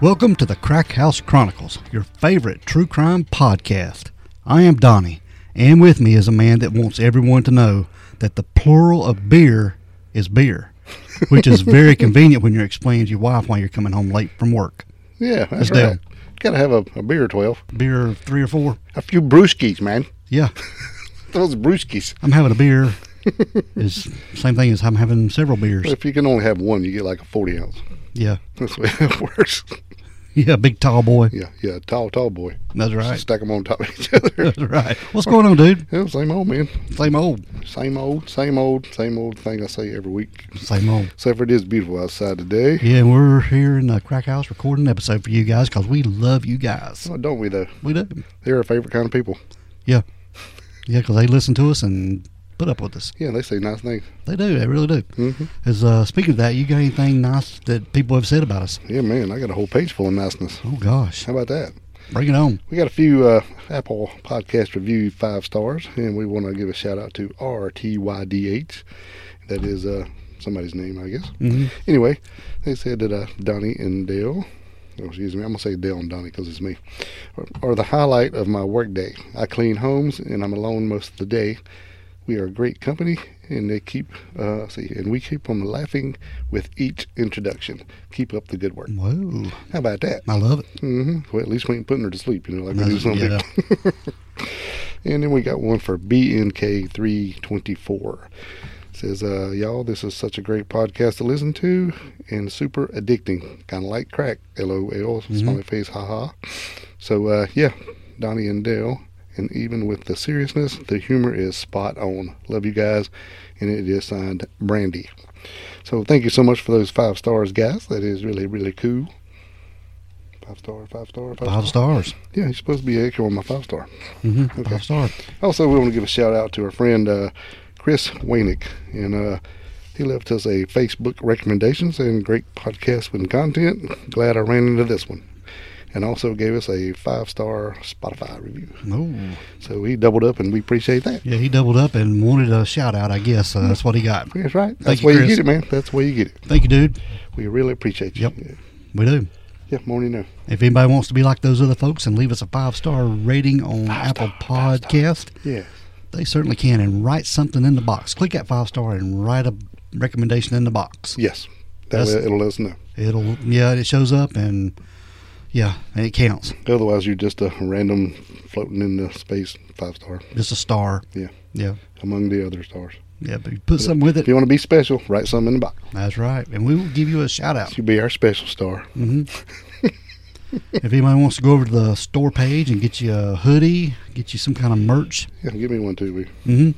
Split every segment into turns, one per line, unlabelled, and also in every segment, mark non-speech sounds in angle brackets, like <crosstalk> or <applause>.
Welcome to the Crack House Chronicles, your favorite true crime podcast. I am Donnie, and with me is a man that wants everyone to know that the plural of beer is beer, which is <laughs> very convenient when you're explaining to your wife why you're coming home late from work.
Yeah,
Let's
that's
do
right.
it.
Gotta have a, a beer, 12.
Beer three or four?
A few brewskis, man.
Yeah,
Those brewskis.
I'm having a beer. is same thing as I'm having several beers.
If you can only have one, you get like a 40 ounce. <laughs>
Yeah,
That's the way it works.
yeah, big tall boy.
Yeah, yeah, tall, tall boy.
That's
Stack 'em
right.
Stack them on top of each other.
<laughs> That's right. What's going on, dude?
yeah, same old, man.
Same old,
Same old, same old, same old thing I say every week.
same old.
Except for it is beautiful outside today.
Yeah, and we're here in the crack house recording an episode for you guys because we love you guys.
Oh, don't we, though?
We do.
They're our favorite kind of people.
Yeah. Yeah, because they listen to us and put up with us.
Yeah, they say nice things.
They do. They really do.
hmm
As uh, speaking of that, you got anything nice that people have said about us?
Yeah, man, I got a whole page full of niceness.
Oh gosh,
How about that?
bring it on!
We got a few uh, Apple podcast review five stars, and we want to give a shout out to RTYDH. That is uh, somebody's name, I guess.
Mhm.
Anyway, they said that uh, Donnie and Dale, oh, excuse me, I'm going to say Dale and Donnie because it's me, are, are the highlight of my workday. I clean homes, and I'm alone most of the day. We are a great company, and they keep uh, let's see, and we keep them laughing with each introduction. Keep up the good
Mm.
work.
Whoa,
How about that?
I love it.
hmm Well, at least we ain't putting her to sleep, you know, like we do
Mm. That's-
something.
yeah.
And then we got one for BNK324. Says, uh, y'all, this is such a great podcast to listen to and super addicting. Kind of like crack. LOL. Smiley face. Haha. So, uh, yeah, Donnie and Dale. And even with the seriousness, the humor is spot on. Love you guys. And it is signed Brandy. So, thank you so much for those five stars, guys. That is really, really cool. Five star, five star,
<laughs>
five,
Five
star.
stars.
Yeah, you're supposed to be an echo on my five star.
hmm
Okay.
Five stars.
Also, we want to give a shout out to our friend uh, Chris Wainick, and uh, he left us a Facebook recommendation saying great podcast with content. Glad I ran into this one, and also gave us a five star Spotify review.
Oh,
So he doubled up, and we appreciate that.
yeah. He doubled up and wanted a shout out. I guess uh, that's what he got.
That's right. That's
you,
where you
Chris.
get it, man. That's where you get it.
Thank you, dude.
We really appreciate you.
Yep. We do.
Yeah, morning now.
If anybody wants to be like those other folks and leave us a five star rating on Apple Podcast,
Yeah.
they certainly can. And write something in the box. Click that five star and write a recommendation in the box.
Yes. That
That's-
way it'll let us know.
It'll yeah, it shows up and yeah, and it counts.
Otherwise, you're just a random floating in the space five star
Just a star.
Yeah.
Yeah.
among the other stars.
Yeah. But you put something with
If you
it.
want to be special, write something in the box.
That's right. And we will give you a shout out.
You'll be our special star.
hmm if anybody wants to go over to the store page and get you a hoodie, get you some kind of merch.
Yeah, give me one too. We
hmm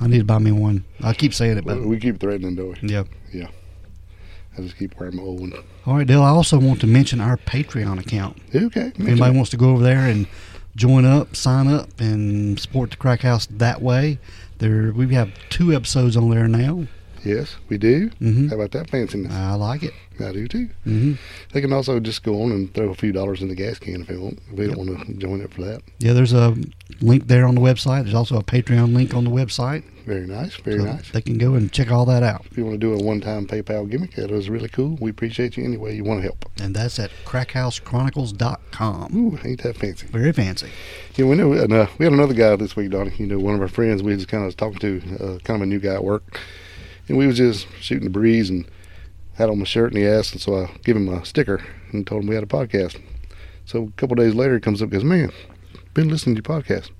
I need to buy me one. I keep saying it, but
we keep threatening, do we?
yeah.
I just keep wearing my old one.
All right, Dale. I also want to mention our Patreon account.
Okay.
If anybody wants to go over there and join up, sign up, and support the Crack House that way, there we have two episodes on there now.
Yes, we do.
hmm
How about that fanciness?
I like it.
I do too.
hmm
They can also just go on and throw a few dollars in the gas can if they want. If they don't want to join up for that.
Yeah, there's a link there on the website. There's also a Patreon link on the website.
Very nice. Very
so
nice.
They can go and check all that out.
If you want to do a one-time PayPal gimmick, that was really cool. We appreciate you anyway. You want to help?
And that's at crackhousechronicles.com.
Ooh, ain't that fancy?
Very fancy.
Yeah, we know. And, uh, we had another guy this week, Donnie. You know, one of our friends we just kind of was talking to, uh, kind of a new guy at work, and we was just shooting the breeze and had on my shirt and he asked, and so I gave him a sticker and told him we had a podcast. So a couple days later, he comes up and goes, "Man, been listening to your podcast."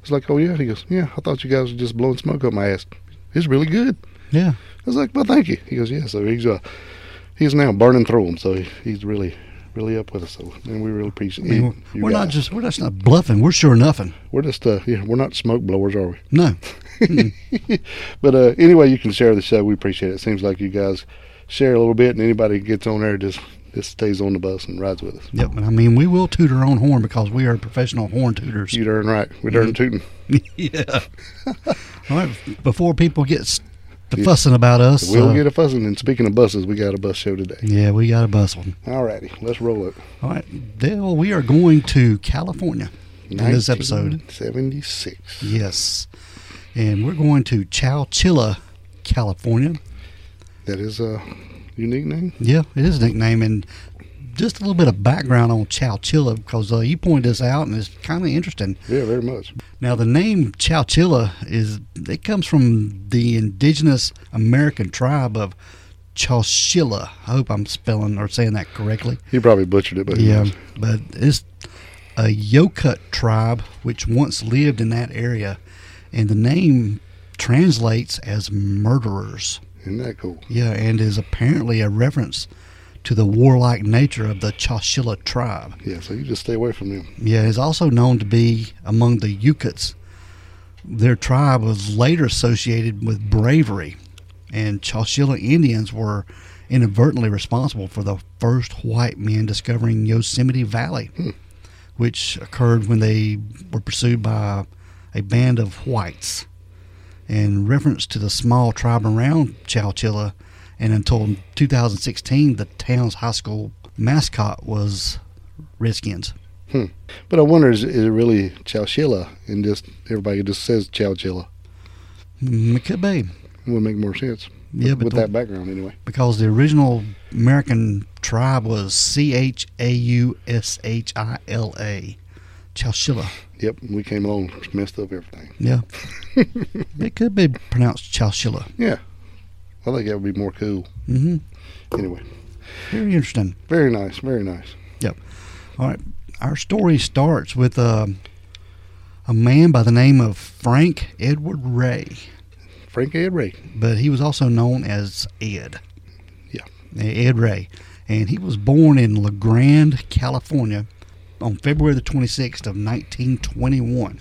It's like, "Oh yeah," he goes, "Yeah, I thought you guys were just blowing smoke up my ass. It's really good."
Yeah.
I was like, "Well, thank you." He goes, "Yeah." So he's uh, he's now burning through them, so he, he's really. Really up with us, so and we really appreciate
I mean, we're-
you
we're not
guys.
just we're just not bluffing. We're sure nothing.
We're just uh, yeah, we're not smoke blowers, are we?
No.
But uh, anyway, you can share the show. We appreciate it. Seems like you guys share a little bit, and anybody who gets on there just just stays on the bus and rides with us.
Yep. And I mean, we will toot our own horn because we are professional horn tooters.
You darn right.
Mm-hmm.
We darn tootin'.
yeah. All right. Before people get s- to fussing about us,
We'll
uh,
get a fussing. And speaking of buses, we got a bus show today.
yeah, we got a bus one.
All righty, let's roll it.
All right, Dale, we are going to California in this episode.
seventy six.
Yes, and we're going to Chowchilla, California.
That is a unique name.
Yeah, it is a nickname, and just a little bit of background on Chowchilla because uh, you pointed this out and it's kind of interesting.
Yeah, very much.
Now, the name Chowchilla is it comes from the indigenous American tribe of Chowchilla. I hope I'm spelling or saying that correctly.
You probably butchered it, but who
Yeah,
knows?
but it's a Yokut tribe which once lived in that area, and the name translates as murderers.
Isn't that cool?
Yeah, and is apparently a reference to the warlike nature of the Chowchilla tribe.
Yeah, so you just stay away from them.
Yeah, is also known to be among the Yukuts. Their tribe was later associated with bravery, and Chowchilla Indians were inadvertently responsible for the first white men discovering Yosemite Valley, which occurred when they were pursued by a band of whites. In reference to the small tribe around Chowchilla, and until 2016, the town's high school mascot was Redskins.
But I wonder, is, is it really Chowchilla? And just everybody just says Chowchilla.
Mm, It could be.
It would make more sense.
Yeah,
with
but the-
that background, anyway.
because the original American tribe was C H A U S H I L A, Chowchilla.
Yep, we came along, messed up everything.
Yeah, it could be pronounced Chowchilla.
Yeah, I think that would be more cool.
hmm
Anyway,
Very interesting.
very nice, very nice.
All right, our story starts with um a man by the name of Frank Edward Ray,
Frank Ed Ray.
but he was also known as Ed.
Yeah.
Ed Ray, and he was born in La Grande, California, on February the 26th of 1921.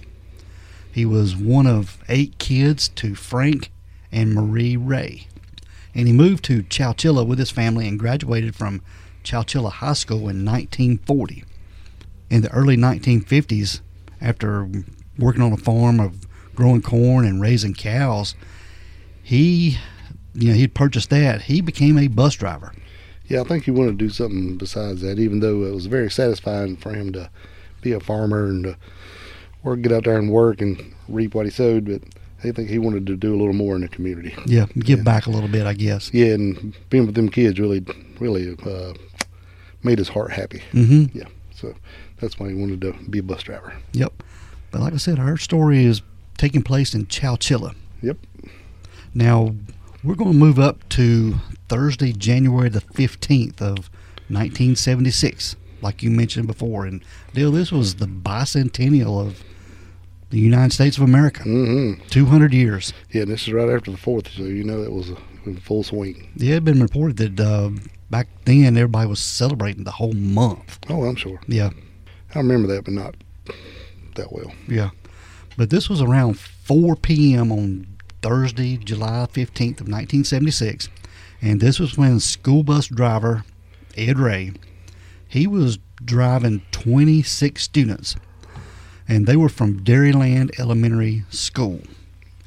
He was one of eight kids to Frank and Marie Ray. And he moved to Chowchilla with his family and graduated from Chowchilla High School in 1940. In the early 1950s, after working on a farm of growing corn and raising cows, he, you know, he'd purchased that. He became a bus driver.
Yeah, I think he wanted to do something besides that, even though it was very satisfying for him to be a farmer and to work, get out there and work and reap what he sowed. But I think he wanted to do a little more in the community.
Yeah, give back a little bit, I guess.
Yeah, and being with them kids really, really uh, made his heart happy.
hmm
Yeah, so that's why he wanted to be a bus driver.
Yep. But like I said, our story is taking place in Chowchilla.
Yep.
Now, we're going to move up to Thursday, January the 15th of 1976, like you mentioned before. And, Dale, this was the bicentennial of the United States of America,
hmm
200 years.
Yeah, and this is right after the fourth, so you know that was in full swing.
It had been reported that uh, back then everybody was celebrating the whole month.
Oh, I'm sure.
Yeah,
I remember that, but not that well.
Yeah. But this was around 4 p.m. on Thursday, July 15th of 1976, and this was when school bus driver Ed Ray, he was driving 26 students, and they were from Dairyland Elementary School,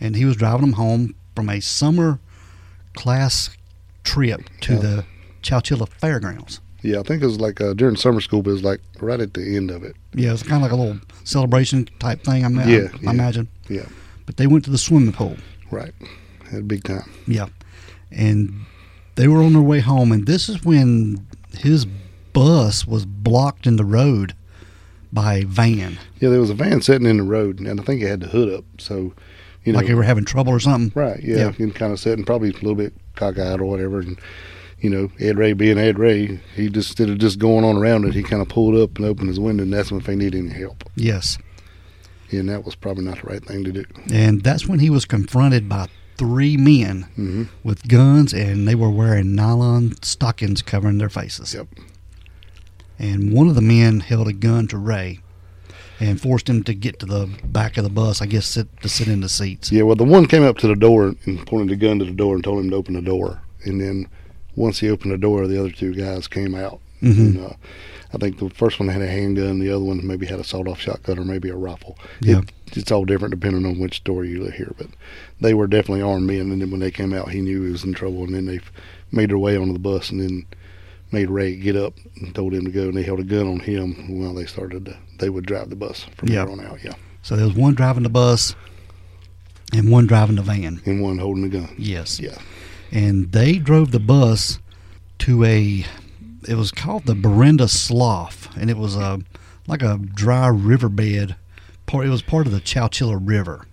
and he was driving them home from a summer class trip to
Yeah.
the Chowchilla Fairgrounds.
Yeah, I think it was like uh, during summer school, but it was like right at the end of it.
Yeah, it's kind of like a little celebration type thing. I, ma-
Yeah,
I
yeah.
imagine.
Yeah.
But they went to the swimming pool.
Right. Had a big time.
Yeah. And they were on their way home, and this is when his bus was blocked in the road by a van,
Yeah, there was a van sitting in the road, and I think it had the hood up. So, you know,
like they were having trouble or something.
right? Yeah,
Yeah.
and kind of sitting, probably a little bit cockeyed or whatever. And you know, Ed Ray being Ed Ray, he just instead of just going on around it, he kind of pulled up and opened his window, and that's when if they needed any help.
Yes.
And that was probably not the right thing to do.
And that's when he was confronted by three men
hmm
with guns, and they were wearing nylon stockings covering their faces.
Yep.
And one of the men held a gun to Ray and forced him to get to the back of the bus, I guess, sit, to sit in the seats.
Yeah, well, the one came up to the door and pointed the gun to the door and told him to open the door. And then once he opened the door, the other two guys came out.
Mhm.
And, uh, I think the first one had a handgun, the other one maybe had a sawed-off shotgun or maybe a rifle.
Yeah.
It- it's all different depending on which story you hear, but they were definitely armed men. And then when they came out, he knew he was in trouble. And then they made their way onto the bus and then made Ray get up and told him to go. And they held a gun on him while they started. To, they would drive the bus from
Yeah.
there on out. Yeah,
So there was one driving the bus and one driving the van.
and one holding the gun.
Yes.
Yeah.
And they drove the bus to a it was called the Berenda Slough, and it was a like a dry riverbed. Part it was part of the Chowchilla River,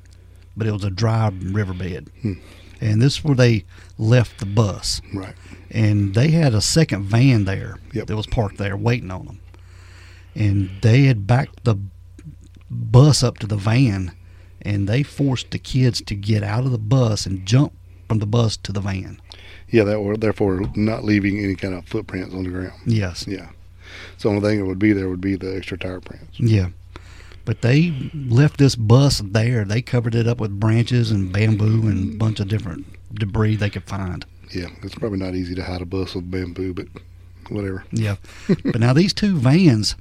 but it was a dry riverbed. And this is where they left the bus,
Right.
and they had a second van there
Yep.
that was parked there waiting on them, and they had backed the bus up to the van, and they forced the kids to get out of the bus and jump from the bus to the van.
Yeah, that were therefore not leaving any kind of footprints on the ground.
Yes.
Yeah. So the only thing that would be there would be the extra tire prints.
Yeah. But they left this bus there. They covered it up with branches and bamboo and a bunch of different debris they could find.
Yeah, it's probably not easy to hide a bus with bamboo, but whatever.
Yeah. <laughs> but now these two vans,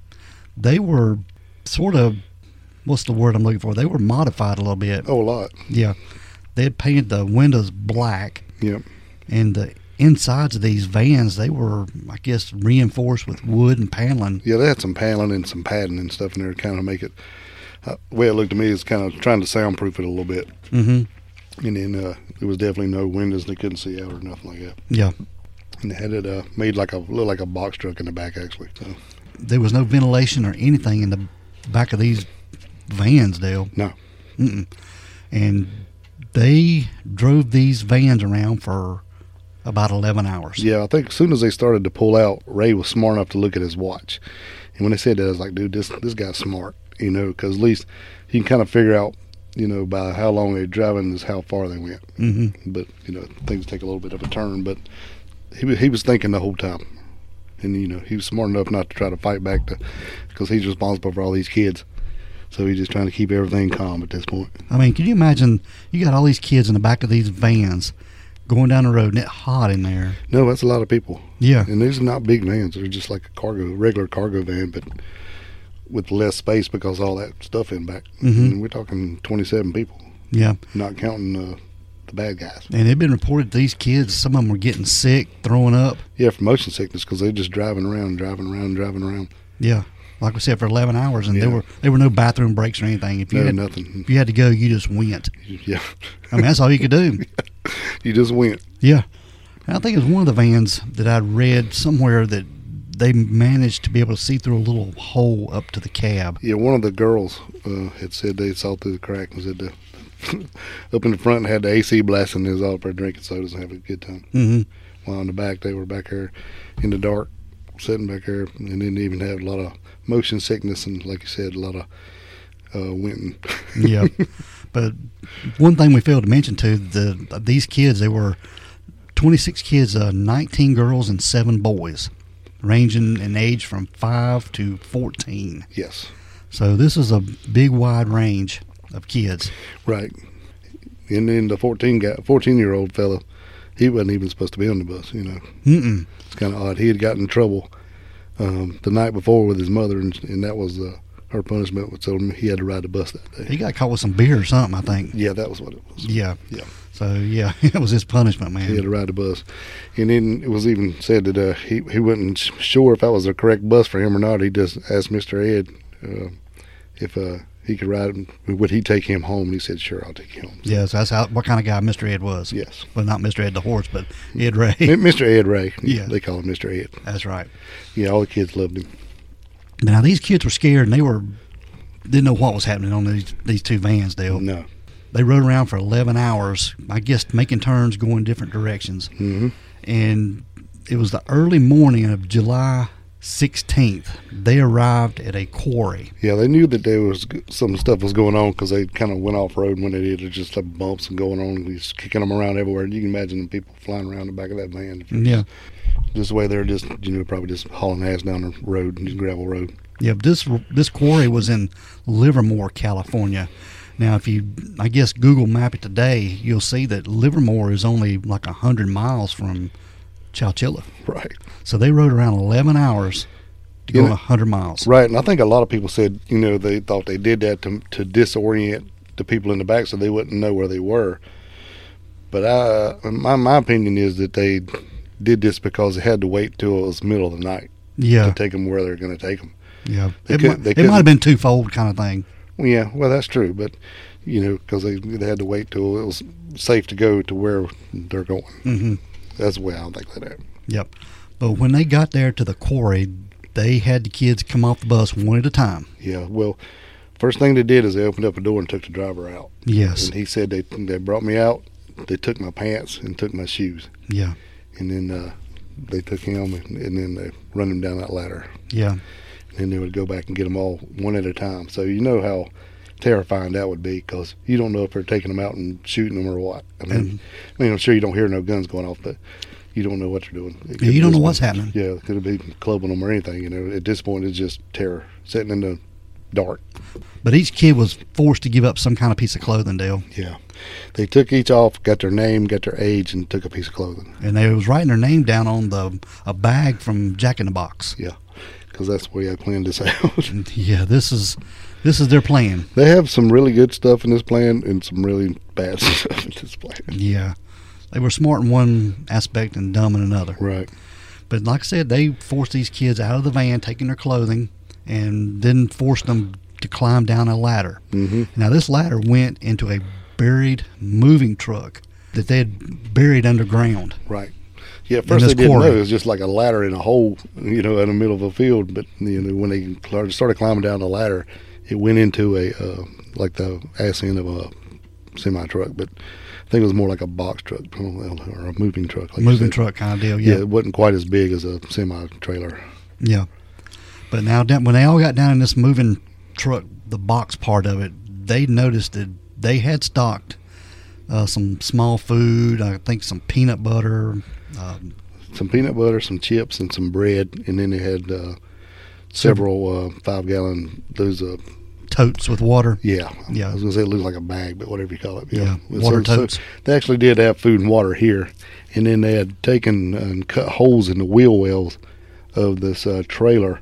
they were sort of what's the word I'm looking for? They were modified a little bit.
Oh, a lot.
Yeah. They had painted the windows black
Yep.
and the insides of these vans they were I guess reinforced with wood and paneling.
Yeah, they had some paneling and some padding and stuff in there to kind of make it. Uh, the way it looked to me is kind of trying to soundproof it a little bit.
Mhm.
And then uh, there was definitely no windows they couldn't see out or nothing like that.
Yeah.
And they had it uh, made like a look like a box truck in the back actually. So
There was no ventilation or anything in the back of these vans, Dale.
no,
Mm-mm. And they drove these vans around for about 11 hours.
Yeah, I think as soon as they started to pull out, Ray was smart enough to look at his watch. And when they said that, I was like, dude, this this guy's smart, you know, because at least you can kind of figure out, you know, by how long they're driving is how far they went.
hmm
But you know, things take a little bit of a turn. But he wa- he was thinking the whole time, and you know, he was smart enough not to try to fight back, to because he's responsible for all these kids. So he's just trying to keep everything calm at this point.
I mean, can you imagine? You got all these kids in the back of these vans going down the road and it's hot in there.
No, that's a lot of people.
Yeah.
<laughs> And these are not big vans. They're just like a cargo, regular cargo van, but with less space because all that stuff in back.
Mhm.
And we're talking 27 people,
Yeah.
not counting uh, the bad guys.
And it had been reported these kids, some of them were getting sick, throwing up.
Yeah, for motion sickness because they're just driving around, driving around, driving around.
Yeah. Like we said, for 11 hours. And there
Yeah.
were there were no bathroom breaks or anything. If you,
No,
had,
nothing. <laughs>
if you had to go, you just went.
Yeah,
I mean, that's all you could do.
<laughs> you just went.
Yeah. And I think it was one of the vans that I read somewhere that they managed to be able to see through a little hole up to the cab.
Yeah, one of the girls uh, had said they saw through the crack and said the <laughs> up in the front had the AC blasting. They was all up there drinking sodas and having a good time.
hmm
while in the back they were back there in the dark sitting back there and didn't even have a lot of motion sickness and like you said a lot of uh winting
Yeah. but one thing we failed to mention too, the these kids, they were 26 kids, uh, 19 girls and seven boys, ranging in age from 5 to 14.
<laughs> yes
So this is a big wide range of kids.
right and then the 14 guy 14 year old fella he wasn't even supposed to be on the bus you know
Mm-mm.
it's kind of odd he had gotten in trouble um the night before with his mother and, and that was uh, her punishment was told him he had to ride the bus that day
He got caught with some beer or something, I think.
yeah that was what it was
Yeah.
Yeah.
So yeah, <laughs> that was his punishment, man.
He had to ride the bus, and then it was even said that uh, he he wasn't s- sure if that was the correct bus for him or not. He just asked Mister Ed uh, if uh, he could ride him. Would he take him home? And he said, "Sure, I'll take you home."
Yeah, so that's how what kind of guy Mr. Ed was.
Yes,
Well, not Mr. Ed the horse, but Ed Ray.
M- Mister Ed Ray.
Yeah.
they call him Mister Ed.
that's right.
Yeah, all the kids loved him.
But now these kids were scared and they were didn't know what was happening on these these two vans. Dale.
No,
They rode around for eleven hours, I guess, making turns, going different directions.
hmm
And it was the early morning of July sixteenth. They arrived at a quarry.
yeah, they knew that there was g- some stuff was going on because they kind of went off road when they did. There's just like bumps and going on. We just kicking them around everywhere. You can imagine the people flying around the back of that van.
Yeah,
This way, they're just you know probably just hauling ass down the road, gravel road.
yeah. This this quarry was in Livermore, California. Now, if you, I guess, Google Map it today, you'll see that Livermore is only like hundred miles from Chowchilla.
Right.
So they rode around 11 hours to go
Yeah.
a 100 miles.
Right. And I think a lot of people said, you know, they thought they did that to, to disorient the people in the back so they wouldn't know where they were. But I, my, my opinion is that they did this because they had to wait till it was middle of the night
Yeah,
to take them where they're going to take them.
yeah.
They
it
could-
might,
they
it might have
couldn't-
been twofold kind of thing.
Well, yeah, well, that's true. But, you know, because they, they had to wait till it was safe to go to where they're going.
hmm
That's the way I think that happened.
Yep. But when they got there to the quarry, they had the kids come off the bus one at a time.
Yeah. Well, first thing they did is they opened up a door and took the driver out.
Yes.
And he said they they brought me out. They took my pants and took my shoes,
Yeah.
and then uh, they took him and, and then they run him down that ladder.
Yeah.
and they would go back and get them all one at a time. So you know how terrifying that would be because you don't know if they're taking them out and shooting them or what. I mean,
And-
I mean, I'm sure you don't hear no guns going off, but you don't know what they're doing. It
Yeah,
could
you don't know
just
what's
be-
happening.
Yeah, it could be clubbing them or anything. You know, at this point, it's just terror sitting in the dark.
But each kid was forced to give up some kind of piece of clothing, Dale.
Yeah, they took each off, got their name, got their age, and took a piece of clothing.
And they was writing their name down on the a bag from Jack in the Box.
Yeah, because that's the way I planned this <laughs> out.
Yeah, this is this is their plan.
they have some really good stuff in this plan and some really bad <laughs> stuff in this plan.
Yeah. They were smart in one aspect and dumb in another.
Right.
But like I said, they forced these kids out of the van, taking their clothing, and then forced them to climb down a ladder.
Mm-hmm.
Now, this ladder went into a buried moving truck that they had buried underground.
Right. Yeah, at first
this
they didn't
quarry.
know. It was just like a ladder in a hole, you know, in the middle of a field. But, you know, when they cl- started climbing down the ladder, it went into a, uh, like the ass end of a semi truck. But I think it was more like a box truck I don't know, or a moving truck. Like you
moving
said.
truck kind of deal.
Yeah.
Yeah.
it wasn't quite as big as a semi trailer.
Yeah. But now, down, when they all got down in this moving truck, the box part of it, they noticed that they had stocked uh, some small food, I think some peanut butter, um,
Some peanut butter, some chips, and some bread. And then they had uh, several uh, five gallon, those, uh,
totes with water.
Yeah,
Yeah.
I was gonna say it looked like a bag, but whatever you call it.
Yeah,
Yeah, uh,
water totes.
they actually did have food and water here, and then they had taken and cut holes in the wheel wells of this uh, trailer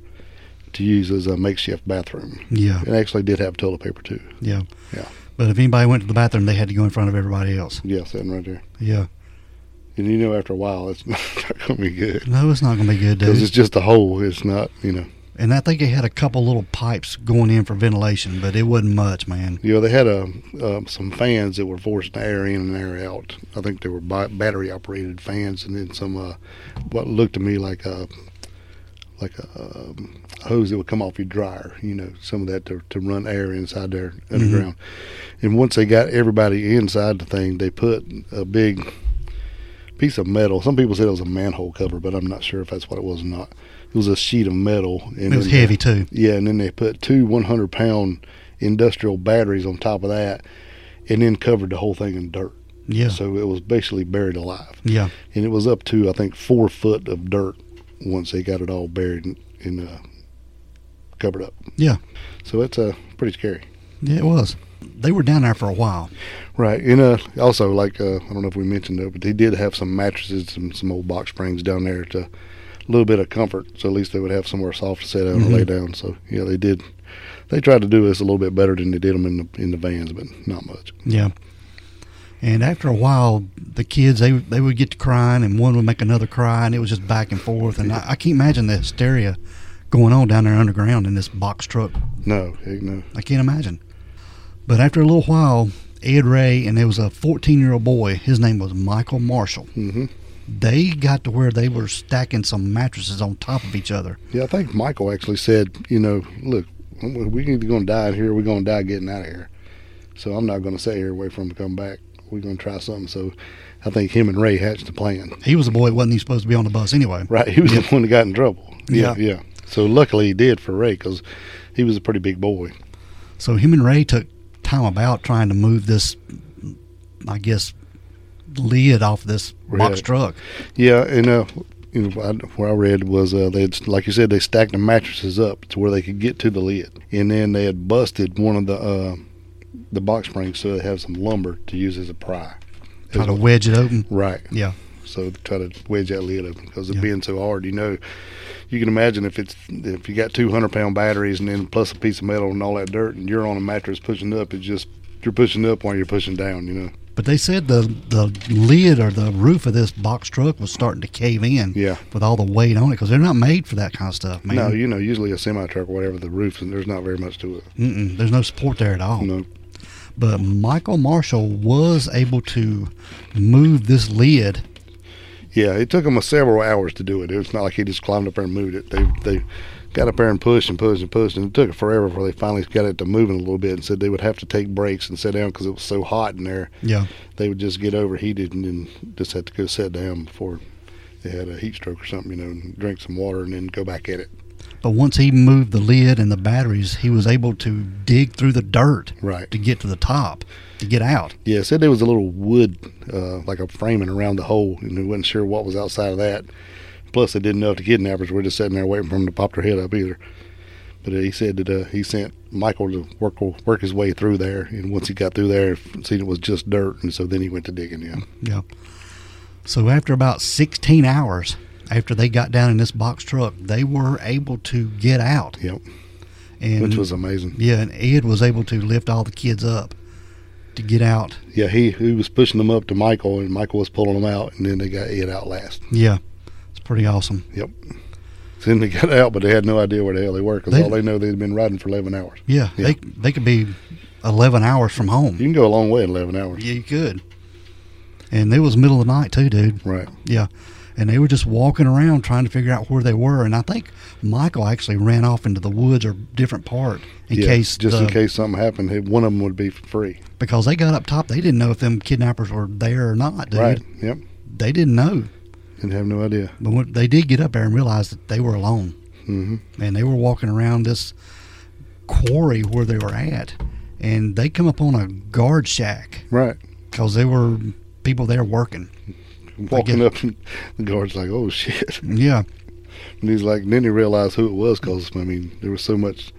to use as a makeshift bathroom.
Yeah.
It actually did have toilet paper too.
Yeah.
Yeah.
But if anybody went to the bathroom, they had to go in front of everybody else.
Yeah, sitting right there.
Yeah.
And you know, after a while, it's <laughs> not gonna be good
No, it's not going to be good,
because
dude.
it's just a hole. It's not, you know.
And I think they had a couple little pipes going in for ventilation, but it wasn't much, man.
You know, they had a, uh, some fans that were forcing air in and air out. I think they were bi- battery operated fans, and then some uh, what looked to me like a like a, um, hose that would come off your dryer. You know, some of that to, to run air inside there underground.
Mm-hmm.
And once they got everybody inside the thing, they put a big piece of metal. Some people said it was a manhole cover, but I'm not sure if that's what it was or not. It was a sheet of metal. And
It was
then they-
heavy, too.
yeah, and then they put two 100 pound industrial batteries on top of that and then covered the whole thing in dirt.
Yeah.
So it was basically buried alive.
Yeah.
And it was up to, I think, four foot of dirt once they got it all buried and, and uh, covered up.
Yeah.
So it's uh, pretty scary.
Yeah, it was. They were down there for a while.
Right. And uh, also, like, uh, I don't know if we mentioned it, but they did have some mattresses and some old box springs down there to a little bit of comfort. So at least they would have somewhere soft to sit down
Mhm.
and lay down. So, yeah, they did. They tried to do this a little bit better than they did them in the, in the vans, but not much.
Yeah. And after a while, the kids they they would get to crying, and one would make another cry, and it was just back and forth. And I, I can't imagine the hysteria going on down there underground in this box truck.
No, heck no.
I can't imagine. But after a little while, Ed Ray and there was a 14 year old boy. His name was Michael Marshall.
hmm
They got to where they were stacking some mattresses on top of each other.
Yeah, I think Michael actually said, you know, look, we either going to die in here. We're going to die getting out of here. So I'm not going to stay here wait for him to come back. We're going to try something. So I think him and Ray hatched a plan.
He was a boy that wasn't even supposed to be on the bus anyway.
Right. <laughs> He was the one that got in trouble.
Yeah.
Yeah. Yeah. So luckily he did for Ray because he was a pretty big boy.
So him and Ray took time about trying to move this, I guess, lid off this box
Right.
truck.
Yeah. And, uh, you know, I, where I read was uh, they had, like you said, they stacked the mattresses up to where they could get to the lid. And then they had busted one of the, uh, the box springs so they have some lumber to use as a pry.
Try to wedge it open.
Right.
Yeah,
So to try to wedge that lid open because it
Yeah.
being so hard, you know, you can imagine if it's if you got two hundred pound batteries and then plus a piece of metal and all that dirt, and you're on a mattress pushing up, it's just you're pushing up while you're pushing down, you know.
but they said the the lid or the roof of this box truck was starting to cave in.
Yeah.
with all the weight on it because they're not made for that kind of stuff, man.
No, you know, usually a semi truck or whatever the roof, and there's not very much to it.
Mm-mm, there's no support there at all.
You know,
But Michael Marshall was able to move this lid
Yeah, it took them several hours to do it. It's not like he just climbed up there and moved it. They they got up there and pushed and pushed and pushed, and it took it forever before they finally got it to moving a little bit. And said they would have to take breaks and sit down because it was so hot in there.
Yeah.
They would just get overheated and then just had to go sit down before they had a heat stroke or something, you know, and drink some water and then go back at it.
But once he moved the lid and the batteries, he was able to dig through the dirt
Right.
to get to the top, to get out.
Yeah, it said there was a little wood, uh, like a framing around the hole, and they wasn't sure what was outside of that. Plus, they didn't know if the kidnappers were just sitting there waiting for them to pop their head up either. But uh, he said that uh, he sent Michael to work work his way through there, and once he got through there, seen it was just dirt, and so then he went to digging. Yeah,
Yeah. So after about 16 hours, after they got down in this box truck, they were able to get out.
yep,
And
which was amazing.
yeah, and Ed was able to lift all the kids up to get out.
Yeah, he he was pushing them up to Michael, and Michael was pulling them out, and then they got Ed out last.
Yeah, it's pretty awesome.
Yep. So then they got out, but they had no idea where the hell they were because
They-
all they know they'd been riding for eleven hours.
Yeah,
Yeah.
they they could be 11 hours from home.
You can go a long way in eleven hours.
Yeah, you could. And it was middle of the night too, dude.
Right.
Yeah. And they were just walking around trying to figure out where they were. And I think Michael actually ran off into the woods or different part in
Yeah,
case
just in
the-
case something happened, hey, one of them would be for free.
because they got up top. They didn't know if them kidnappers were there or not, dude.
Right? Yep.
They didn't know.
Didn't have no idea.
But when they did get up there and realized that they were alone.
hmm
And they were walking around this quarry where they were at. And they come upon a guard shack
Right.
because there were people there working.
Walking up, <laughs> and the guard's like, "Oh shit!" <laughs>
Yeah.
And he's like, and then he realized who it was because I mean, there was so much,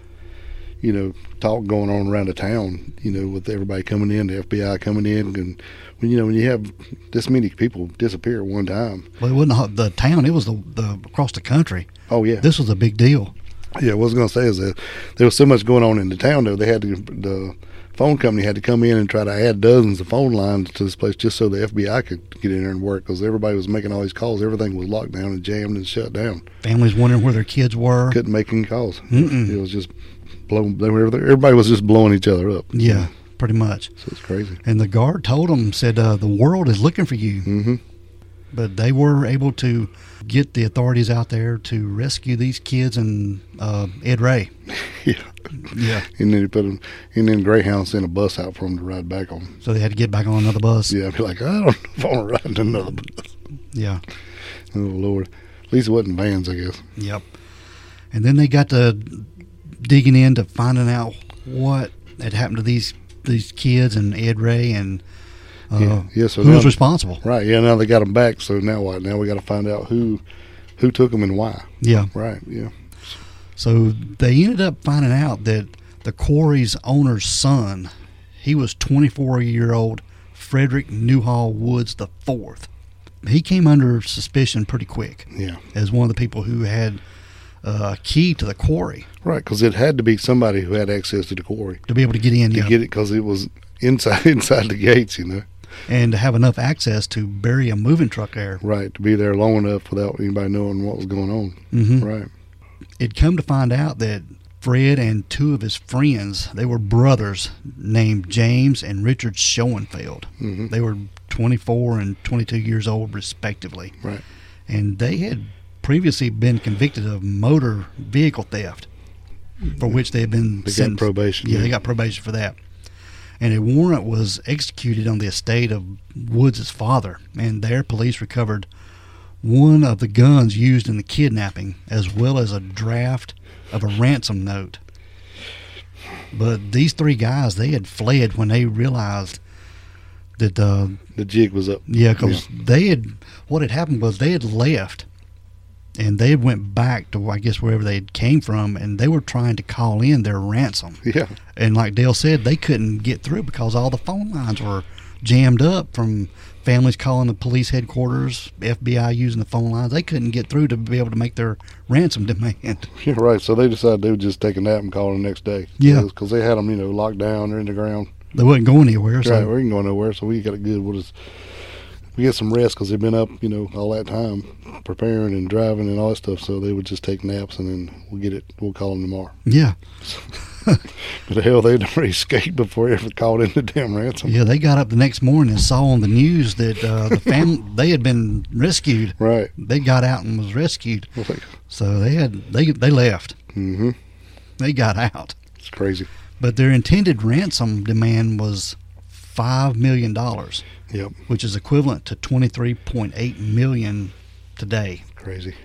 you know, talk going on around the town. You know, with everybody coming in, the FBI coming in, and when you know when you have this many people disappear at one time.
Well, it wasn't the town. It was the, the across the country.
Oh yeah,
This was a big deal.
Yeah, what I was going to say is that there was so much going on in the town, though. They had to, the phone company had to come in and try to add dozens of phone lines to this place just so the FBI could get in there and work because everybody was making all these calls. Everything was locked down and jammed and shut down.
Families wondering where their kids were.
Couldn't make any calls.
Mm-mm.
It was just blown. They were, everybody was just blowing each other up.
Yeah, pretty much.
So it's crazy.
And the guard told them, said, uh, the world is looking for you.
hmm
But they were able to get the authorities out there to rescue these kids and uh, Ed Ray.
<laughs> Yeah.
Yeah.
And then he put them, and then Greyhound sent a bus out for them to ride back on.
<laughs> So they had to get back on another bus.
Yeah, I'd be like, I don't know if I want to ride in another bus.
Yeah.
Oh, Lord. At least it wasn't vans, I guess.
Yep. And then they got to digging into finding out what had happened to these these kids and Ed Ray and uh,
Yeah. Yeah, so
who
now-
was responsible.
Right. Yeah. Now they got them back. So now what? Now we got to find out who who took them and why.
Yeah.
Right. Yeah.
So they ended up finding out that the quarry's owner's son, he was 24 year old Frederick Newhall Woods the fourth. He came under suspicion pretty quick
Yeah.
as one of the people who had uh, a key to the quarry
Right. Because it had to be somebody who had access to the quarry
to be able to get in
to
yeah,
get it because it was inside <laughs> inside the gates. You know.
and to have enough access to bury a moving truck there.
Right. To be there long enough without anybody knowing what was going on.
hmm
Right.
It come to find out that Fred and two of his friends, they were brothers named James and Richard Schoenfeld.
hmm
They were 24 and 22 years old, respectively.
Right.
And they had previously been convicted of motor vehicle theft, for which they had been
Mm-hmm. They got
sentenced.
probation.
yeah, they got probation for that. And a warrant was executed on the estate of Woods' father, and there police recovered one of the guns used in the kidnapping, as well as a draft of a ransom note. But these three guys, they had fled when they realized that uh,
The jig was up.
yeah, because they had what had happened was they had left, and they had went back to I guess wherever they had came from, and they were trying to call in their ransom.
<laughs> Yeah.
And like Dale said, they couldn't get through because all the phone lines were jammed up from families calling the police headquarters, FBI using the phone lines. They couldn't get through to be able to make their ransom <laughs> demand.
Yeah. Right. So they decided they would just take a nap and call the next day.
Yeah.
Because they had them, you know, locked down. They're in the ground.
They wasn't going anywhere. So
Right, we ain't going nowhere, so we got it good. We'll just we get some rest because they've been up, you know, all that time preparing and driving and all that stuff. So they would just take naps, and then we'll get it. We'll call them tomorrow.
yeah.
<laughs> But hell, they'd already <laughs> escaped before they ever called in the damn ransom.
Yeah, they got up the next morning and saw on the news that uh, the fam they had been rescued.
Right.
They got out and was rescued.
I was like,
So they had they they left.
mm-hmm.
They got out.
It's crazy.
But their intended ransom demand was five million dollars,
Yep.
which is equivalent to twenty three point eight million today.
Crazy.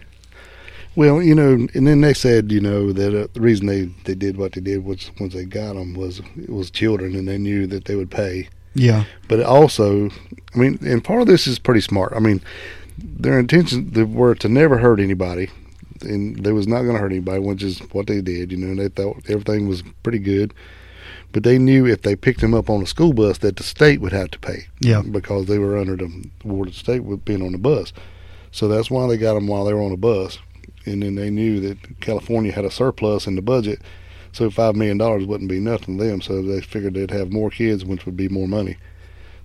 Well, you know, and then they said, you know, that uh, the reason they, they did what they did was once they got them was it was children, and they knew that they would pay.
Yeah.
But also, I mean, and part of this is pretty smart. I mean, their intentions they were to never hurt anybody, and they was not going to hurt anybody, which is what they did. You know, and they thought everything was pretty good. But they knew if they picked them up on a school bus that the state would have to pay
Yeah.
because they were under the ward of state with being on the bus. So that's why they got them while they were on the bus. And then they knew that California had a surplus in the budget, so $5 million wouldn't be nothing to them. So they figured they'd have more kids, which would be more money.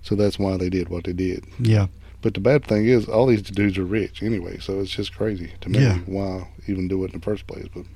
So that's why they did what they did.
Yeah.
But the bad thing is, all these dudes are rich anyway, so it's just crazy to me
Yeah.
why even do it in the first place. But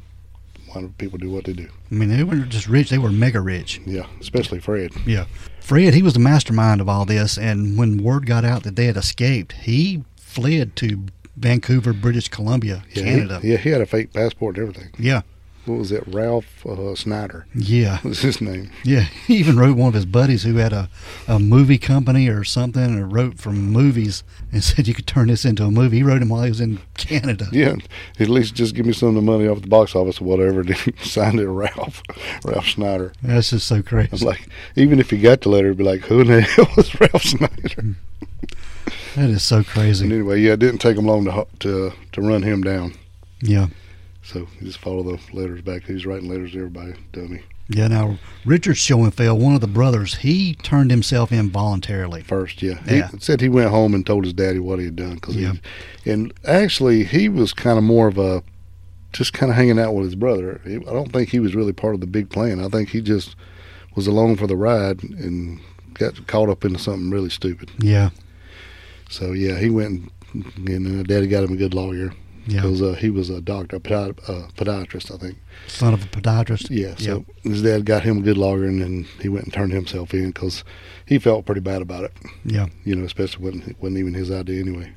why do people do what they do?
I mean, they weren't just rich; they were mega rich.
Yeah, especially Fred.
Yeah. Fred, he was the mastermind of all this, and when word got out that they had escaped, he fled to Vancouver, British Columbia,
Yeah, he-
Canada.
yeah, he had a fake passport and everything.
Yeah.
What was it? Ralph uh, Snyder
Yeah.
was his name.
Yeah. <laughs> He even wrote one of his buddies who had a, a movie company or something, or wrote from movies and <laughs> said you could turn this into a movie. He wrote him while he was in Canada.
Yeah, at least just give me some of the money off the box office or whatever. <laughs> Then he signed it Ralph, Ralph Snyder.
That's just so
I was
crazy.
like, even if he got the letter, it'd be like, who in the <laughs> hell was Ralph Snyder?
That is so
And
crazy.
anyway, yeah, it didn't take him long to ho- to to run him down.
Yeah.
So you just follow the letters back. He's writing letters to everybody, dummy.
Yeah. Now, Richard Schoenfeld, one of the brothers, he turned himself in voluntarily.
First, yeah.
Yeah.
He said he went home and told his daddy what he had done. Cause
Yeah.
he, and actually, he was kind of more of a, just kind of hanging out with his brother. He- I don't think he was really part of the big plan. I think he just was along for the ride and got caught up into something really stupid.
Yeah. So,
So, yeah, he went and, and then daddy got him a good lawyer
yeah.
because uh, he was a doctor, a podi- uh, podiatrist, I think.
Son of a podiatrist.
Yeah, so his dad got him a good lawyer and then he went and turned himself in because he felt pretty bad about it.
Yeah.
you know, especially when it wasn't even his idea anyway.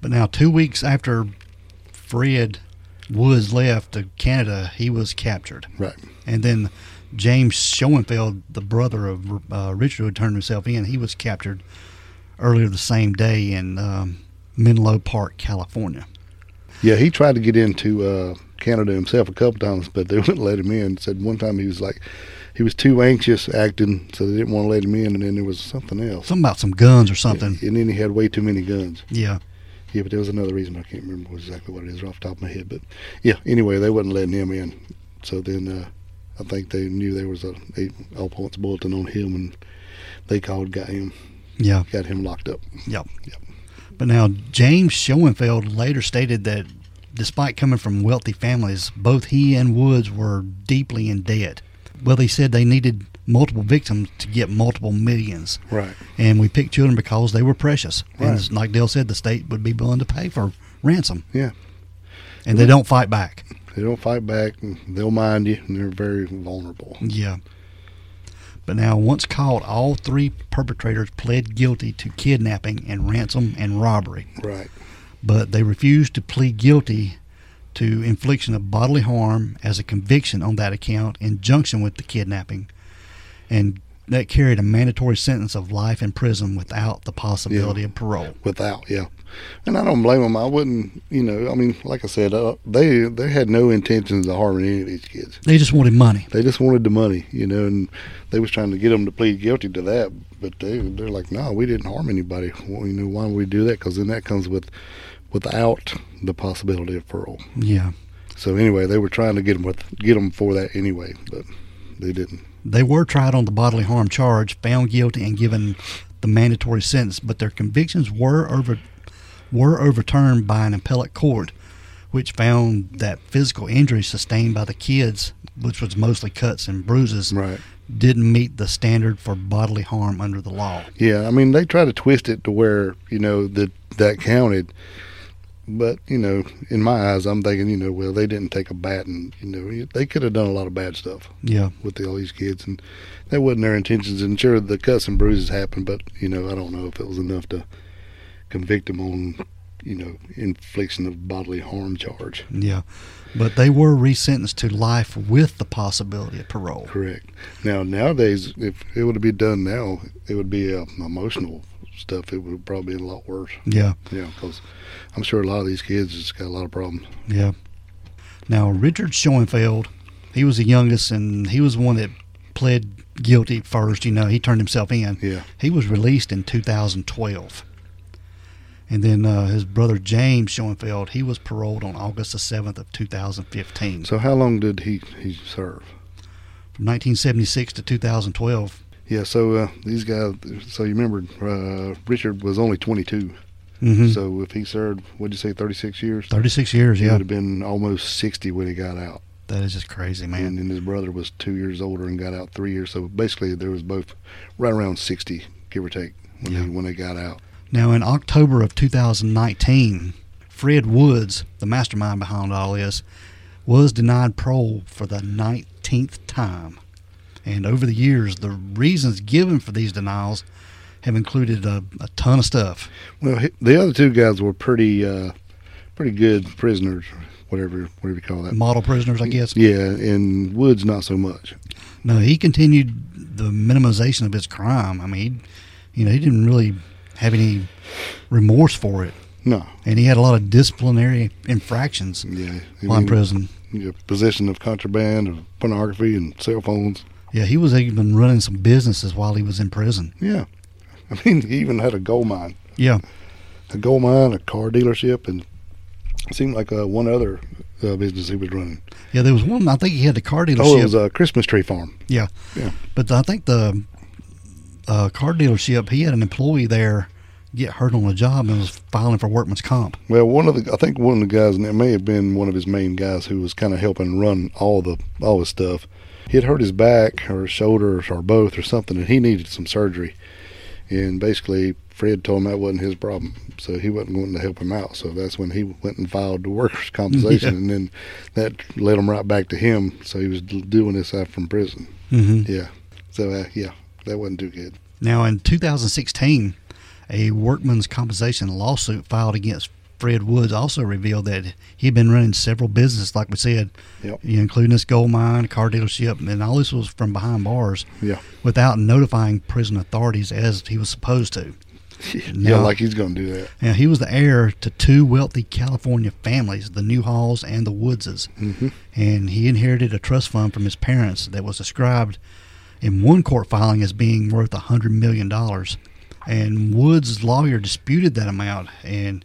But now, two weeks after Fred Woods left to Canada, he was captured.
Right.
And then James Schoenfeld, the brother of uh, Richard, who had turned himself in, he was captured earlier the same day in um, Menlo Park, California.
Yeah, he tried to get into uh, Canada himself a couple times, but they <laughs> wouldn't let him in. Said one time he was like, he was too anxious acting, so they didn't want to let him in. And then there was something else.
Something about some guns or something.
And then he had way too many guns.
Yeah.
Yeah, but there was another reason I can't remember what- exactly what it is off the top of my head. But yeah, anyway, they wasn't letting him in. So then uh, I think they knew there was a eight all points bulletin on him, and they called, got him,
Yeah.
got him locked up.
Yep.
Yep.
But now, James Schoenfeld later stated that despite coming from wealthy families, both he and Woods were deeply in debt. Well, they said they needed multiple victims to get multiple millions.
Right.
And we picked children because they were precious.
Right.
And as, like Dale said, the state would be willing to pay for ransom.
Yeah.
And they don't fight back.
They don't fight back. and They'll mind you, and they're very vulnerable.
Yeah. But now, once caught, all three perpetrators pled guilty to kidnapping and ransom and robbery.
Right.
But they refused to plead guilty to infliction of bodily harm as a conviction on that account in junction with the kidnapping. And that carried a mandatory sentence of life in prison without the possibility of parole.
Without, yeah. And I don't blame them. I wouldn't, you know. I mean, like I said, uh, they they had no intentions of harming any of these kids.
They just wanted money.
They just wanted the money, you know, and they was trying to get them to plead guilty to that. But they they're like, no, we didn't harm anybody. Well, you know, why would we do that? Because then that comes with without the possibility of parole.
Yeah.
So anyway, they were trying to get them with get them for that anyway, but they didn't.
They were tried on the bodily harm charge, found guilty, and given the mandatory sentence, but their convictions were over were overturned by an appellate court, which found that physical injury sustained by the kids, which was mostly cuts and bruises,
Right.
didn't meet the standard for bodily harm under the law.
Yeah, I mean they try to twist it to where you know that that counted, But you know, in my eyes, I'm thinking, you know, well, they didn't take a bat, and you know, they could have done a lot of bad stuff
Yeah.
with all these kids, and that wasn't their intentions. And sure, the cuts and bruises happened, but you know, I don't know if it was enough to convict them on, you know, infliction of bodily harm charge.
Yeah. But they were resentenced to life with the possibility of parole.
Correct. Now nowadays, if it would be done now, it would be uh, emotional stuff. It would probably be a lot worse.
Yeah.
Yeah, because I'm sure a lot of these kids just got a lot of problems.
Yeah. Now, Richard Schoenfeld, he was the youngest and he was the one that pled guilty first. You know, he turned himself in.
Yeah.
He was released in 2012. And then uh, his brother James Schoenfeld, he was paroled on August the 7th of 2015.
So how long did he he serve?
From 1976 to 2012.
Yeah. So uh, these guys. So you remember uh, Richard was only 22.
hmm
So if he served, what'd you say, 36 years?
36 years,
He
yeah.
would have been almost 60 when he got out.
That is just crazy, man.
And then his brother was two years older and got out three years. So basically, there was both right around 60, give or take, when,
Yeah.
they, when they got out.
Now, in October of 2019, Fred Woods, the mastermind behind all this, was denied parole for the 19th time. And over the years, the reasons given for these denials have included a, a ton of stuff.
Well, he- the other two guys were pretty, uh, pretty good prisoners, whatever, whatever you call that.
Model prisoners, I guess.
Yeah, and Woods not so much.
No, he continued the minimization of his crime. I mean, he, you know, he didn't really have any remorse for it.
No,
And he had a lot of disciplinary infractions
yeah, I
while in
mean,
prison.
yeah, possession of contraband, of pornography, and cell phones.
Yeah, he was even running some businesses while he was in prison.
Yeah, <laughs> I mean, he even had a gold mine.
Yeah,
a gold mine, a car dealership, and it seemed like uh, one other uh, business he was running.
yeah. There was one. I think he had the car dealership,
Oh, it was a Christmas tree farm.
but I think the uh, car dealership he had an employee there get hurt on a job and was filing for workman's comp.
Well, one of the I think one of the guys, and it may have been one of his main guys, who was kind of helping run all the all his stuff. He had hurt his back or his shoulders or both or something, and he needed some surgery. And basically, Fred told him that wasn't his problem, so he wasn't going to help him out. So that's when he went and filed the <laughs> workers' compensation, and then that led him right back to him. So he was d- doing this out from prison.
hmm
Yeah. So uh, yeah, that wasn't too good.
Now in 2016, a workman's compensation lawsuit filed against Fred Woods also revealed that he had been running several businesses, like we said,
Yep.
you know, including this gold mine, a car dealership, and all this was from behind bars
Yeah.
without notifying prison authorities as he was supposed to.
<laughs> Yeah,
No.
like he's gonna do that.
Now, he was the heir to two wealthy California families, the Newhalls and the Woodses,
Mm-hmm.
and he inherited a trust fund from his parents that was described in one court filing as being worth $100 million. And Woods' lawyer disputed that amount, and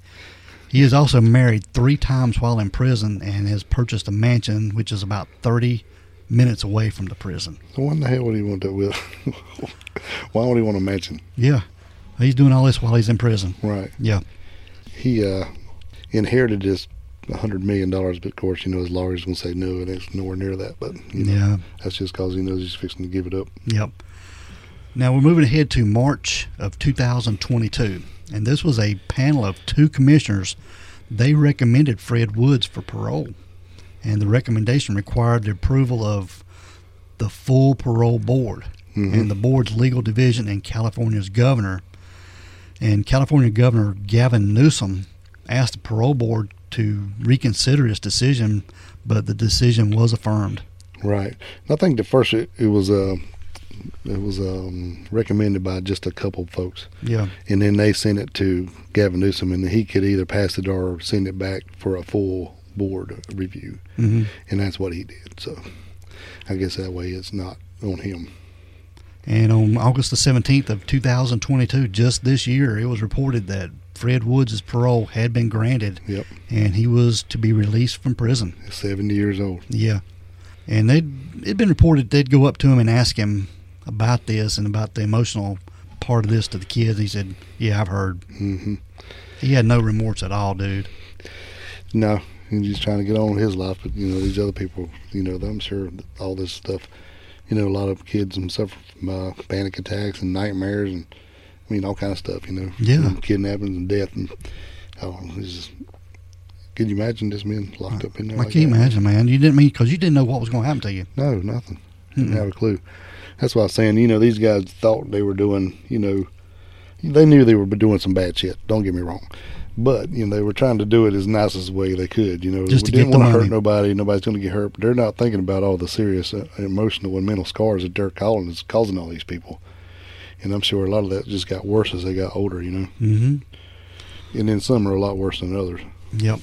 he is also married three times while in prison and has purchased a mansion, which is about 30 minutes away from the prison.
So what in the hell would he want to do with? <laughs> Why would he want to mention?
Yeah, he's doing all this while he's in prison.
Right.
Yeah.
He uh, inherited this hundred million dollars, but of course, you know, his lawyer's gonna say no, and it's nowhere near that. But you know,
Yeah.
that's just because he knows he's fixing to give it up.
Yep. Now we're moving ahead to March of 2022, and this was a panel of two commissioners. They recommended Fred Woods for parole, and the recommendation required the approval of the full parole board
Mhm.
and the board's legal division and California's governor. And California Governor Gavin Newsom asked the parole board to reconsider its decision, but the decision was affirmed.
Right. And I think the first it, it was uh, it was um, recommended by just a couple folks.
Yeah.
and then they sent it to Gavin Newsom, and he could either pass it or send it back for a full board review,
Mm-hmm.
and that's what he did. So I guess that way it's not on him.
And on August the 17th of 2022, just this year, it was reported that Fred Woods' parole had been granted
Yep,
and he was to be released from prison.
he's seventy years old.
Yeah. And they'd it'd been reported they'd go up to him and ask him about this and about the emotional part of this to the kids. He said, "Yeah, I've heard."
hmm
He had no remorse at all, dude.
No, he's just trying to get on with his life, but you know these other people, you know, I'm sure that all this stuff. You know, a lot of kids and suffer from uh, panic attacks and nightmares, and I mean all kind of stuff. You know,
Yeah.
kidnappings and death, and oh, it's just Can you imagine just being locked up in there?
I
like
can't
that?
imagine, man. You didn't mean because you didn't know what was going to happen to you.
No, nothing.
Hmm.
Didn't have a clue. That's why I was saying, you know, these guys thought they were doing, you know, they knew they were doing some bad shit. Don't get me wrong. But, you know, they were trying to do it as nice as way they could, you know.
Just to
we
get
didn't
the
wanna
money.
hurt nobody. Nobody's going to get hurt. But they're not thinking about all the serious uh, emotional and mental scars that Dirk Collins is causing all these people. And I'm sure a lot of that just got worse as they got older, you know.
Mm-hmm.
And then some are a lot worse than others.
Yep.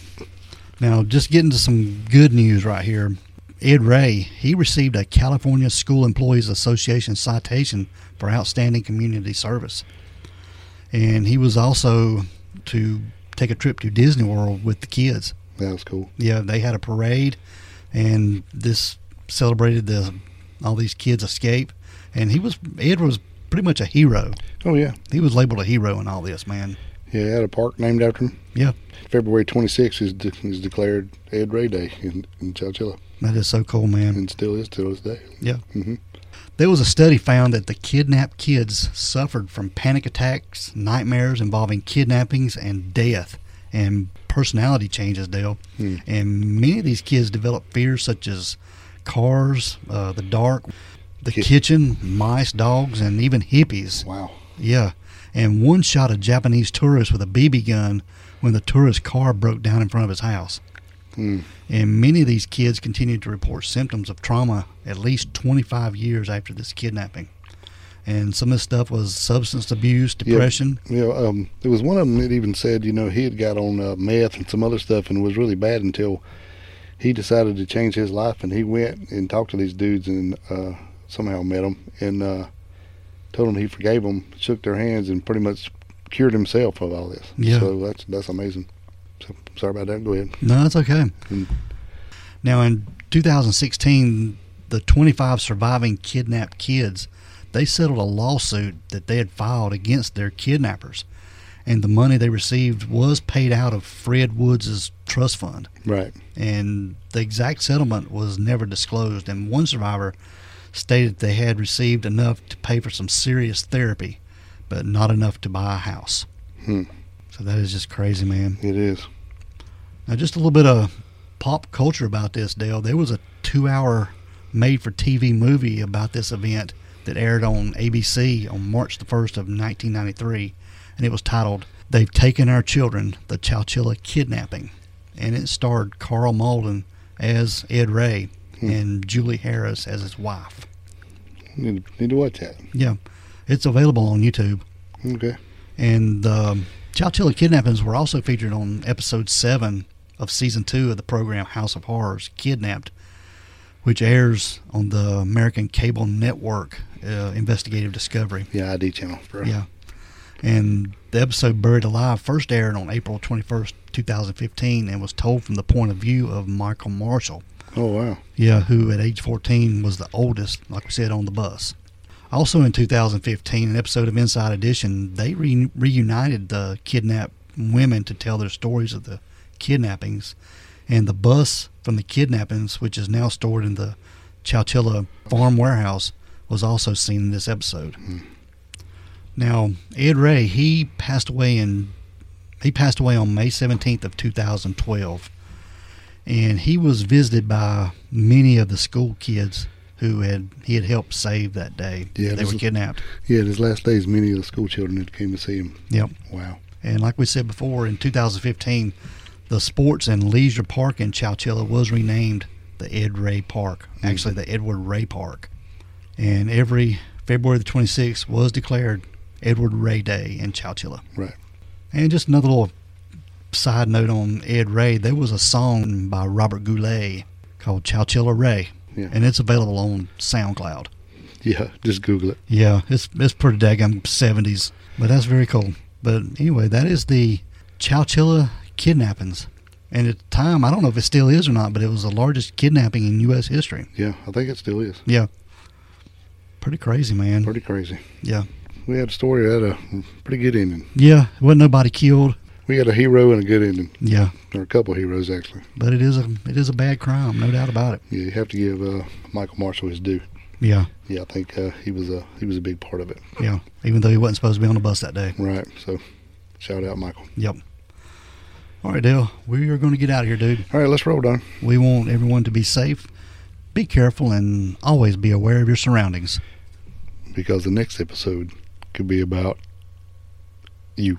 Now, just getting to some good news right here. Ed Ray, he received a California School Employees Association citation for outstanding community service. And he was also to take a trip to Disney World with the kids.
That was cool.
Yeah, they had a parade and this celebrated the all these kids escape and he was Ed was pretty much a hero.
Oh, yeah.
He was labeled a hero in all this, man.
Yeah, had a park named after him.
Yeah.
February 26th is, de- is declared Ed Ray Day in, in Chowchilla
That is so cool, man.
and still is to this day.
Yeah.
hmm
There was a study found that the kidnapped kids suffered from panic attacks, nightmares involving kidnappings and death, and personality changes, Dale.
Hmm.
And many of these kids developed fears such as cars, uh, the dark, the
Ki-
kitchen, mice, dogs, and even hippies.
Wow.
Yeah. And one shot a Japanese tourist with a BB gun when the tourist's car broke down in front of his house.
Hmm.
And many of these kids continued to report symptoms of trauma at least 25 years after this kidnapping. And some of this stuff was substance abuse, depression.
You know, um, there was one of them that even said, you know, he had got on uh, meth and some other stuff and was really bad until he decided to change his life and he went and talked to these dudes and uh, somehow met them and uh, told them he forgave them, shook their hands, and pretty much cured himself of all this.
Yeah.
So that's that's amazing. So, sorry about that. Go ahead.
No, that's okay.
Mm.
Now, in 2016, the 25 surviving kidnapped kids, they settled a lawsuit that they had filed against their kidnappers. And the money they received was paid out of Fred Woods' trust fund.
Right.
and the exact settlement was never disclosed. And one survivor stated they had received enough to pay for some serious therapy, but not enough to buy a house.
Hmm.
So that is just crazy, man.
It is.
Now, just a little bit of pop culture about this, Dale. There was a two hour made for TV movie about this event that aired on ABC on March the 1st of 1993, and it was titled They've Taken Our Children The Chowchilla Kidnapping. And it starred Carl Malden as Ed Ray
Hmm.
and Julie Harris as his wife.
Need to, need to watch that.
Yeah, it's available on YouTube.
Okay.
And the Chowchilla kidnappings were also featured on episode seven of season two of the program House of Horrors Kidnapped, which airs on the American cable network uh, Investigative Discovery.
Yeah, ID channel. Bro.
Yeah. And the episode Buried Alive first aired on April 21st, 2015, and was told from the point of view of Michael Marshall.
Oh wow.
Yeah, who at age 14 was the oldest, like we said, on the bus. Also in 2015, an episode of Inside Edition, they re- reunited the kidnapped women to tell their stories of the kidnappings. And the bus from the kidnappings, which is now stored in the Chowchilla Farm Warehouse, was also seen in this episode. Now, Ed Ray, he passed away in he passed away on May 17th of 2012 and he was visited by many of the school kids who had he had helped save that day.
Yeah,
they
this
were
is-
kidnapped.
Yeah, in his last days, many of the school children had came to see him.
Yep.
Wow.
And like we said before, in 2015, the Sports and Leisure Park in Chowchilla was renamed the Ed Ray Park, actually the Edward Ray Park. And every February the 26th was declared Edward Ray Day in Chowchilla.
Right.
And just another little side note on Ed Ray, there was a song by Robert Goulet called Chowchilla Ray,
Yeah.
and it's available on SoundCloud.
Yeah. Just Google it.
Yeah, it's it's pretty daggum 70s, but that's very cool. But anyway, that is the Chowchilla kidnappings. And at the time, I don't know if it still is or not, but it was the largest kidnapping in U.S. history.
Yeah, I think it still is.
Yeah. Pretty crazy, man.
Pretty crazy.
Yeah.
We had a story that had a pretty good ending.
Yeah, wasn't nobody killed.
We had a hero and a good ending,
Yeah,
or a couple heroes actually.
but it is a it is a bad crime, no doubt about it.
Yeah, you have to give uh, Michael Marshall his due.
Yeah.
Yeah, I think uh, he was a he was a big part of it.
Yeah, even though he wasn't supposed to be on the bus that day.
Right. So, shout out Michael.
Yep. All right, Dale, we are going to get out of here, dude.
All right, let's roll, Don.
We want everyone to be safe, be careful, and always be aware of your surroundings.
Because the next episode could be about you.